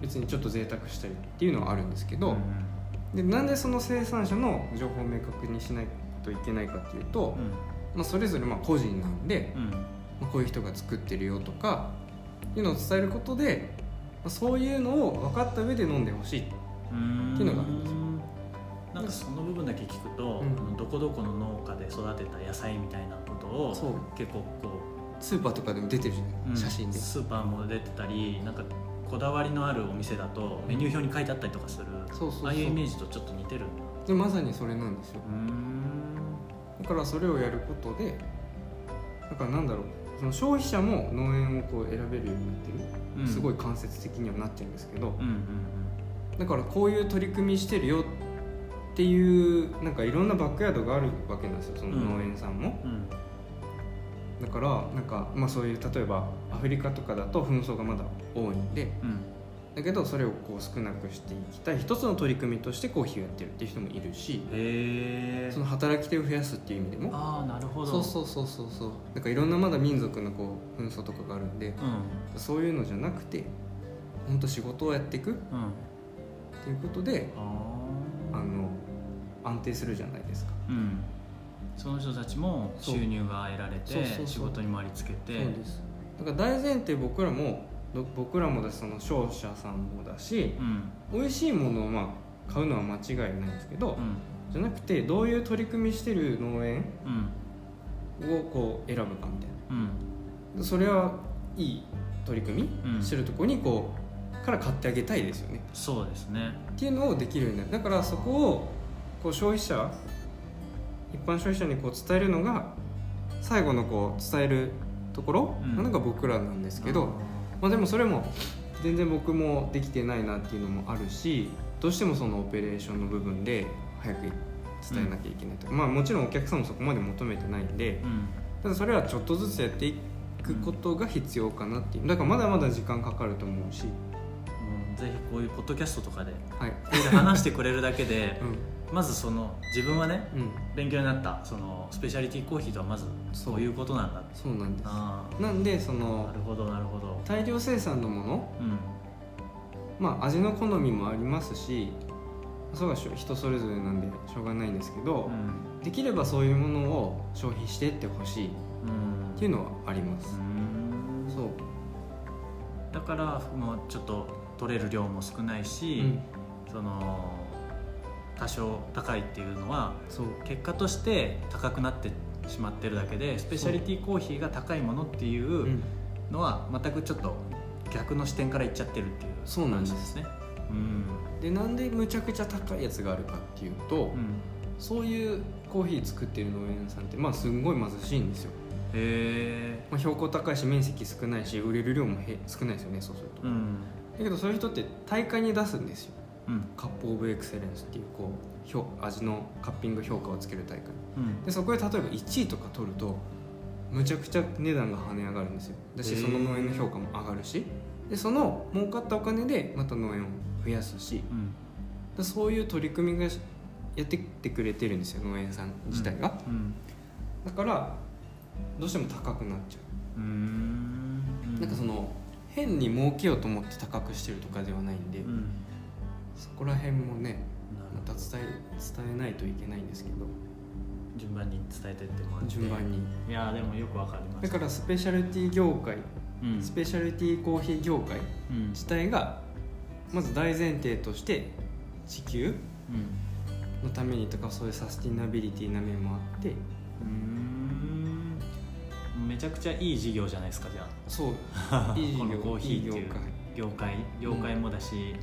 Speaker 2: 別にちょっと贅沢したりっていうのはあるんですけど、
Speaker 3: うん
Speaker 2: でなんでその生産者の情報を明確にしないといけないかっていうと、まあ、それぞれまあ個人なんで、
Speaker 3: うんうん
Speaker 2: まあこういう人が作ってるよとかいうのを伝えることで、まあそういうのを分かった上で飲んでほしいっていうのがあるんです
Speaker 3: なんかその部分だけ聞くと、
Speaker 2: うん
Speaker 3: あのどこどこの農家で育てた野菜みたいなことを
Speaker 2: そう
Speaker 3: 結構こ
Speaker 2: スーパーとかでも出てるじ
Speaker 3: う、
Speaker 2: ゃな
Speaker 3: う
Speaker 2: い、
Speaker 3: ん
Speaker 2: 写真で
Speaker 3: スーパーも出てたりなんかこだわりのあるお店だとメニュー表に書いてあったりとかする
Speaker 2: そうそうそう
Speaker 3: ああいうイメージとちょっと似てるんだ
Speaker 2: でまさにそれなんですよ
Speaker 3: うん
Speaker 2: だからそれをやることでだからなんだろうその消費者も農園をこう選べるようになってる、
Speaker 3: うん
Speaker 2: すごい間接的にはなってるんですけど
Speaker 3: うんうん
Speaker 2: だからこういう取り組みしてるよっていうなんかいろんなバックヤードがあるわけなんですよその農園さんも、
Speaker 3: うんうん
Speaker 2: だからなんか、まあ、そういう例えばアフリカとかだと紛争がまだ多いんで
Speaker 3: うん
Speaker 2: だけどそれをこう少なくしていきたい一つの取り組みとしてコーヒーをやってるっていう人もいるし
Speaker 3: へえ
Speaker 2: その働き手を増やすっていう意味でも
Speaker 3: ああなるほど
Speaker 2: そうそうそうそうそうなんかいろんなまだ民族のこう紛争とかがあるんで
Speaker 3: うん
Speaker 2: そういうのじゃなくてほんと仕事をやっていくっ
Speaker 3: うん
Speaker 2: ていうことで
Speaker 3: ああ
Speaker 2: あの安定するじゃないですか
Speaker 3: うんその人たちも
Speaker 2: そう
Speaker 3: 収入が得られ
Speaker 2: そうそうそ
Speaker 3: て
Speaker 2: う
Speaker 3: 仕事にもありつけて
Speaker 2: そうですだから大前提僕らもど僕らもだしその商社さんもだし
Speaker 3: うん
Speaker 2: 美味しいものをまあ買うのは間違いないんですけど、
Speaker 3: うん
Speaker 2: じゃなくてどういう取り組みしてる農園
Speaker 3: うん
Speaker 2: をこう選ぶかみたい
Speaker 3: うん
Speaker 2: なそれはいい取り組
Speaker 3: うん
Speaker 2: みしてるとこにこうから買ってあげたいですよね
Speaker 3: そうですね
Speaker 2: っていうのをできるようになるだからそこをこう消費者一般消費者にこう伝えるのが最後のこう伝えるところ
Speaker 3: うん
Speaker 2: なのが僕らなんですけど、まあ、でもそれも全然僕もできてないなっていうのもあるしどうしてもそのオペレーションの部分で早く伝えなきゃいけないとか、まあもちろんお客さんもそこまで求めてないんで
Speaker 3: うん
Speaker 2: ただそれはちょっとずつやっていくことが必要かなっていうだからまだまだ時間かかると思うし、
Speaker 3: うんぜひこういうポッドキャストとかで
Speaker 2: はい
Speaker 3: 話してくれるだけで
Speaker 2: う
Speaker 3: まずその自分はね
Speaker 2: んうん、
Speaker 3: 勉強になったそのスペシャリティコーヒーとはまず
Speaker 2: そう
Speaker 3: そういうことなんだ
Speaker 2: そうなんです
Speaker 3: あ
Speaker 2: なんでそ
Speaker 3: あ
Speaker 2: の
Speaker 3: なるほどなるほど
Speaker 2: 大量生産のもの、
Speaker 3: うん
Speaker 2: まあ、味の好みもありますしそうが人それぞれなんでしょうがないんですけど
Speaker 3: う、ん
Speaker 2: できればそういうものを消費してってほしいっ
Speaker 3: うん
Speaker 2: ていうのはあります、
Speaker 3: うん
Speaker 2: そう、
Speaker 3: だからもうちょっと取れる量も少ないし、
Speaker 2: うん
Speaker 3: その多少高いっていうのは
Speaker 2: そう
Speaker 3: 結果として高くなってしまってるだけでスペシャリティコーヒーが高いものっていうのは全くちょっと逆の視点からいっちゃってるっていう
Speaker 2: そうなんです
Speaker 3: 話ね。うん
Speaker 2: でなんでむちゃくちゃ高いやつがあるかっていうと、
Speaker 3: うん
Speaker 2: そういうコーヒー作ってる農園さんってまあすんごい貧しいんですよ、
Speaker 3: へえ
Speaker 2: まあ、標高高いし面積少ないし売れる量もへ少ないですよねそうすると、
Speaker 3: う
Speaker 2: だ
Speaker 3: ん
Speaker 2: けどそういう人って大会に出すんですよ
Speaker 3: うん
Speaker 2: カップ・オブ・エクセレンスっていうこう評味のカッピング評価をつける大会
Speaker 3: うん
Speaker 2: でそこで例えば1位とか取るとむちゃくちゃ値段が跳ね上がるんですよだし
Speaker 3: へー
Speaker 2: その農園の評価も上がるしでその儲かったお金でまた農園を増やすし
Speaker 3: うん
Speaker 2: でそういう取り組みがしやってきてくれてるんですよ農園さん自体が、
Speaker 3: うん
Speaker 2: だからどうしても高くなっちゃ
Speaker 3: うーん
Speaker 2: うなんかその変に儲けようと思って高くしてるとかではないんで、
Speaker 3: うん
Speaker 2: そこら辺もね
Speaker 3: なる
Speaker 2: ま
Speaker 3: ほ
Speaker 2: た
Speaker 3: ど
Speaker 2: 伝え伝えないといけないんですけど
Speaker 3: 順番に伝えてってもらって
Speaker 2: 順番に
Speaker 3: いやーでもよくわかりま
Speaker 2: だ
Speaker 3: す
Speaker 2: からスペシャルティ業界、
Speaker 3: うん
Speaker 2: スペシャルティコーヒー業界
Speaker 3: うん
Speaker 2: 自体がまず大前提として地球のためにとかそういうサスティナビリティな面もあって
Speaker 3: うんうーんめちゃくちゃいい事業じゃないですかじゃ
Speaker 2: そう
Speaker 3: あ
Speaker 2: いい事
Speaker 3: このコ
Speaker 2: 業
Speaker 3: ーヒーってい
Speaker 2: いうい業界
Speaker 3: 業界業界もだし、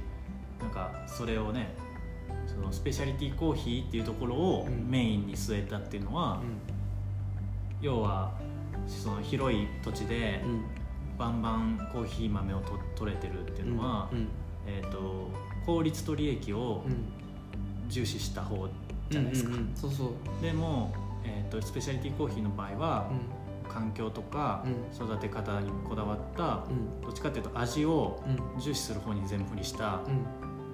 Speaker 3: なんかそれをねそのスペシャリティコーヒーっていうところを
Speaker 2: うん
Speaker 3: メインに据えたっていうのは、要はその広い土地で
Speaker 2: うん
Speaker 3: バンバンコーヒー豆をと取れてるっていうのは、
Speaker 2: うん
Speaker 3: えー、と効率と利益を
Speaker 2: うん
Speaker 3: 重視した方じゃないですか、
Speaker 2: うんうんうんそうそう
Speaker 3: でも、えー、とスペシャリティコーヒーの場合は、
Speaker 2: う
Speaker 3: 環境とか
Speaker 2: う
Speaker 3: 育て方にこだわった
Speaker 2: うん
Speaker 3: どっちかっていうと味を
Speaker 2: うん
Speaker 3: 重視する方に全振りした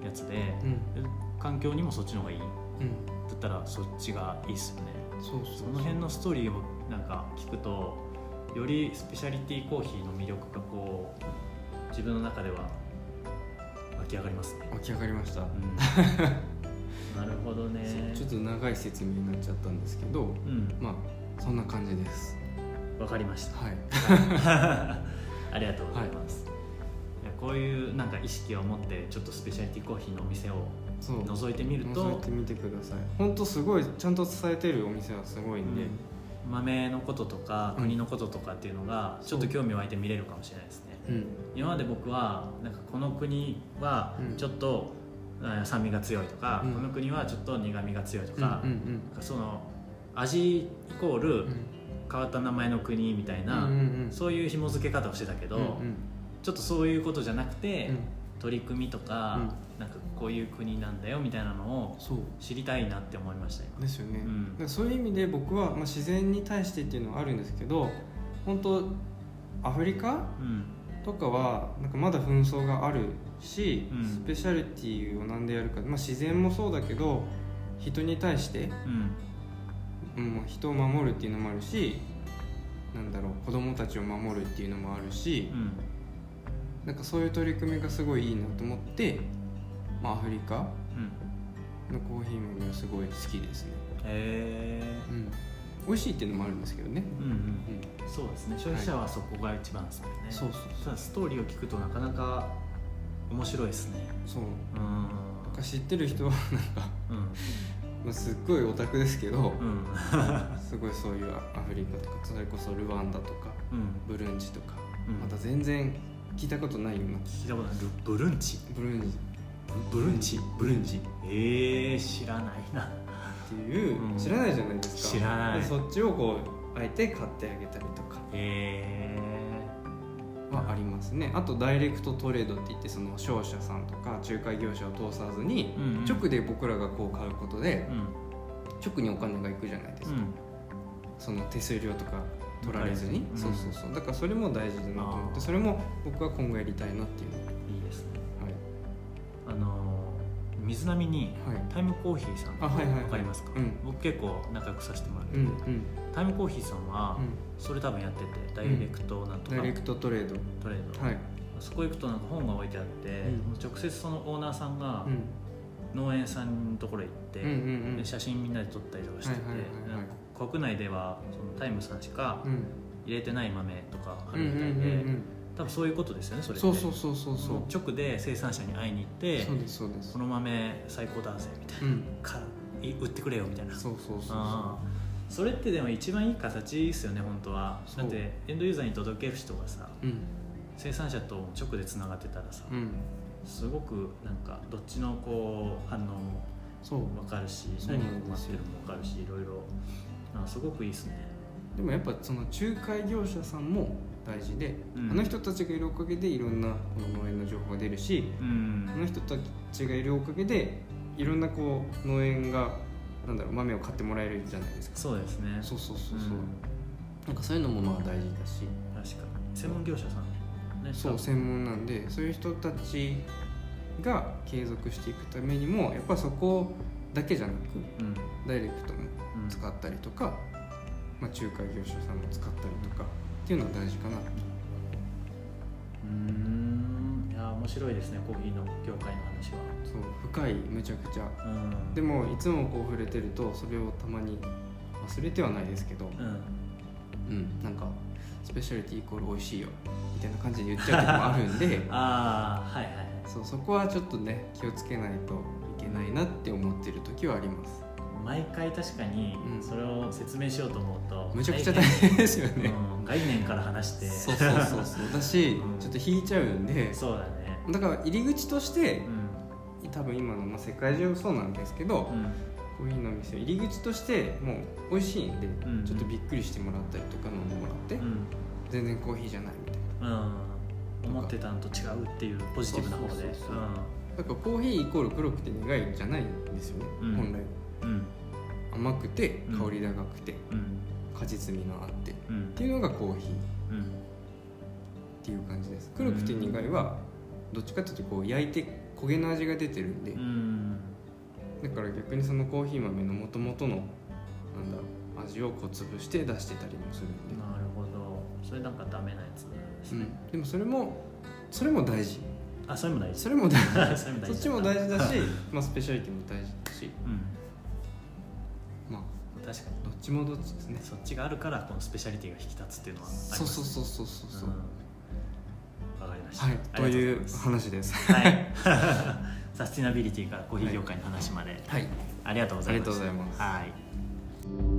Speaker 2: うん
Speaker 3: やつで
Speaker 2: うん
Speaker 3: で環境にもそっちの方がいいだ
Speaker 2: うん
Speaker 3: ったらそっちがいいっすよね
Speaker 2: そうそう
Speaker 3: そ
Speaker 2: そう
Speaker 3: の辺のストーリーをなんか聞くとよりスペシャリティコーヒーの魅力がこう自分の中では湧き上がりますね、
Speaker 2: 起き上がりました、
Speaker 3: うんなるほどね
Speaker 2: そうちょっと長い説明になっちゃったんですけど
Speaker 3: うん
Speaker 2: まあそんな感じです
Speaker 3: わかりま した
Speaker 2: はい
Speaker 3: ありがとうございます、いやこういうなんか意識を持ってちょっとスペシャリティコーヒーのお店を
Speaker 2: そう
Speaker 3: 覗いてみる
Speaker 2: 覗い
Speaker 3: と
Speaker 2: てみてください本当すごいちゃんと伝えてるお店はすごいんで、
Speaker 3: うん豆のこととか国のこととかっていうのがちょっと興味湧いて見れるかもしれないですね
Speaker 2: うん
Speaker 3: 今まで僕はなんかこの国は
Speaker 2: うん
Speaker 3: ちょっとあ酸味が強いとか、
Speaker 2: うん
Speaker 3: この国はちょっと苦味が強いと
Speaker 2: うんうん
Speaker 3: か,、なんかその味イコー
Speaker 2: うん
Speaker 3: ル変わった名前の国みたいな、
Speaker 2: うんうんうん
Speaker 3: そういう紐付け方をしてたけど、
Speaker 2: うん
Speaker 3: ちょっとそういうことじゃなくて、
Speaker 2: うんうん
Speaker 3: 取り組みとか、なんかこういう国なんだよみたいなのを
Speaker 2: そう
Speaker 3: 知りたいなって思いました今。
Speaker 2: ですよね、
Speaker 3: うん
Speaker 2: だからそういう意味で僕は、まあ、自然に対してっていうのはあるんですけど本当アフリカ
Speaker 3: うん
Speaker 2: とかはなんかまだ紛争があるし、
Speaker 3: うん
Speaker 2: スペシャリティを何でやるか、まあ、自然もそうだけど人に対して、
Speaker 3: うん
Speaker 2: うん、人を守るっていうのもあるしなんだろう子供たちを守るっていうのもあるし
Speaker 3: う、ん
Speaker 2: なんかそういう取り組みがすごいいいなと思って、まあ、アフリカ
Speaker 3: うん
Speaker 2: のコーヒー豆はすごい好きですね、
Speaker 3: へえ
Speaker 2: うん、美味しいっていうのもあるんですけどね、
Speaker 3: うんうん
Speaker 2: うん、
Speaker 3: そうですね消費者はそこが一番ですもんね、
Speaker 2: そうそう
Speaker 3: ただストーリーを聞くとなかなか面白いですね
Speaker 2: そう
Speaker 3: うん
Speaker 2: なんか知ってる人は なんか、
Speaker 3: うん
Speaker 2: まあ、すっごいオタクですけど、
Speaker 3: うん
Speaker 2: すごいそういうアフリカとかそれこそルワンダとか
Speaker 3: うん
Speaker 2: ブルンジとか、
Speaker 3: うん
Speaker 2: また全然聞いたことないような
Speaker 3: 聞いたことないブルンチ
Speaker 2: ブルンジっ
Speaker 3: ブルンチ
Speaker 2: ブルンジ
Speaker 3: えー、知らないな
Speaker 2: ていう、
Speaker 3: うん
Speaker 2: 知らないじゃないですか
Speaker 3: 知らない
Speaker 2: でそっちをこうあえて買ってあげたりとか
Speaker 3: え
Speaker 2: はありますねあとダイレクトトレードって言ってその商社さんとか仲介業者を通さずに
Speaker 3: ー、うん
Speaker 2: 直で僕らがこう買うことで
Speaker 3: うん
Speaker 2: 直にお金がいくじゃないです
Speaker 3: う
Speaker 2: か、
Speaker 3: ん
Speaker 2: その手数料とか取られずに、
Speaker 3: うん
Speaker 2: そうそうそうだからそれも大事だなと思っ
Speaker 3: あ
Speaker 2: て
Speaker 3: ー
Speaker 2: それも僕は今後やりたいなっていうの
Speaker 3: いいですね
Speaker 2: は
Speaker 3: あのー水波に
Speaker 2: いはい
Speaker 3: タイムコーヒーさん
Speaker 2: あはいはいはい
Speaker 3: わかりますか、
Speaker 2: うん
Speaker 3: 僕結構仲良くさせてもらって
Speaker 2: う
Speaker 3: て、
Speaker 2: んうん
Speaker 3: タイムコーヒーさんは、
Speaker 2: うん
Speaker 3: それ多分やっててダイレクトなんとか
Speaker 2: ダイ
Speaker 3: トレ
Speaker 2: レ
Speaker 3: ー
Speaker 2: クトトレード
Speaker 3: ド、
Speaker 2: はい
Speaker 3: そこ行くとなんか本が置いてあって、
Speaker 2: うん
Speaker 3: 直接そのオーナーさんが
Speaker 2: うん
Speaker 3: 農園さんのところへ行って、
Speaker 2: うんうんうん
Speaker 3: で写真みんなで撮ったりとかしてて、
Speaker 2: はいはいはいはい
Speaker 3: なんか国内ではそのタイムさんしか
Speaker 2: うん
Speaker 3: 入れてない豆とかあ
Speaker 2: うんうん
Speaker 3: るみたいで、
Speaker 2: うん
Speaker 3: 多分そういうことですよねそ
Speaker 2: うん
Speaker 3: れって
Speaker 2: そうそうそうそうそう
Speaker 3: もう直で生産者に会いに行って
Speaker 2: そうですそうです
Speaker 3: この豆最高だぜみたいな、
Speaker 2: うん
Speaker 3: かい売ってくれよみたいな
Speaker 2: そうそうそうそ
Speaker 3: あーそれってでも一番いい形ですよね本当は
Speaker 2: そ
Speaker 3: だ
Speaker 2: う
Speaker 3: ってエンドユーザーに届ける人がさ
Speaker 2: ううん
Speaker 3: 生産者と直でつながってたらさ、
Speaker 2: うん
Speaker 3: すごくなんかどっちのこう反応も
Speaker 2: そう
Speaker 3: 分かるし
Speaker 2: そう
Speaker 3: 何
Speaker 2: な
Speaker 3: が
Speaker 2: ん
Speaker 3: 困
Speaker 2: で
Speaker 3: っ
Speaker 2: す
Speaker 3: て
Speaker 2: よ
Speaker 3: るのも分かるしいろいろあすごくいいですね
Speaker 2: でもやっぱその仲介業者さんも大事で、
Speaker 3: うん
Speaker 2: あの人たちがいるおかげでいろんなこの農園の情報が出るし
Speaker 3: う
Speaker 2: あの
Speaker 3: ん
Speaker 2: 人たちがいるおかげでいろんなこう農園がなんだろう豆を買ってもらえるじゃないですか
Speaker 3: そうですね
Speaker 2: そうそうそう
Speaker 3: うん
Speaker 2: そう、なんかそういうのもまあ大事だし
Speaker 3: 確かに専門業者さんね
Speaker 2: そう専門なんでそういう人たちが継続していくためにもやっぱそこだけじゃなく
Speaker 3: うん
Speaker 2: ダイレクトも
Speaker 3: うん
Speaker 2: 使ったりとか、まあ、仲介業者さんも使ったりとかっていうのは大事かな
Speaker 3: うーんいや面白いですねコーヒーの業界の話
Speaker 2: そう深いむちゃくちゃ
Speaker 3: はうん
Speaker 2: でもいつもこう触れてるとそれをたまに忘れてはないですけど、
Speaker 3: うん
Speaker 2: うん、なんかスペシャリティイコール美味しいよみたいな感じで言っちゃうこともあるんで
Speaker 3: ああはいはい
Speaker 2: そうそこはちょっとね気をつけないといけないなって思ってる時はあります
Speaker 3: 毎回確かに
Speaker 2: うん
Speaker 3: それを説明しようと思うと、
Speaker 2: むちゃくちゃ大変ですよね、
Speaker 3: うん概念から話して
Speaker 2: そうそうそうそうだし、
Speaker 3: うん
Speaker 2: ちょっと引いちゃうん で
Speaker 3: そうだね
Speaker 2: だから入り口として
Speaker 3: うん
Speaker 2: 多分今の、まあ、世界中もそうなんですけど、
Speaker 3: うん
Speaker 2: コーヒーの店入り口としてもう美味しいんで、
Speaker 3: ん
Speaker 2: ちょっとびっくりしてもらったりとか飲んでもらって、
Speaker 3: うん
Speaker 2: 全然コーヒーじゃないみたいな
Speaker 3: うん思ってたんと違うっていうポジティブな方で
Speaker 2: そうそうそうだからコーヒーイコール黒くて苦いじゃないんですよね、
Speaker 3: うん
Speaker 2: 本来
Speaker 3: うん
Speaker 2: 甘くて
Speaker 3: うん
Speaker 2: 香り高くて、
Speaker 3: うん
Speaker 2: 果実味のあってっ
Speaker 3: うん
Speaker 2: ていうのがコーヒーっ
Speaker 3: うん
Speaker 2: ていう感じです黒くて苦いはどっちかっていうとこう焼いて焦げの味が出てるんで、
Speaker 3: うん
Speaker 2: だから逆にそのコーヒー豆のもともとのなんだろう味をこう潰して出してたりもするんで、
Speaker 3: なるほどそれなんかダメなやつなんです
Speaker 2: う
Speaker 3: ね、
Speaker 2: ん、でもそれもそれも大事
Speaker 3: あそれも大事
Speaker 2: それも大事
Speaker 3: それも大事
Speaker 2: そっちも大 事だし、まあ、スペシャリティも大事だし
Speaker 3: うん
Speaker 2: まあ
Speaker 3: 確かに
Speaker 2: どっちもどっちですね
Speaker 3: そっちがあるからこのスペシャリティが引き立つっていうのはあります
Speaker 2: そうそうそうそうそうそう、
Speaker 3: んわかりました
Speaker 2: はいとい
Speaker 3: ありが
Speaker 2: う
Speaker 3: ござます
Speaker 2: 話です
Speaker 3: はい サスティナビリティからコーヒー業界の話まで、
Speaker 2: はい
Speaker 3: ありがとうございました
Speaker 2: ありがとうございます
Speaker 3: はい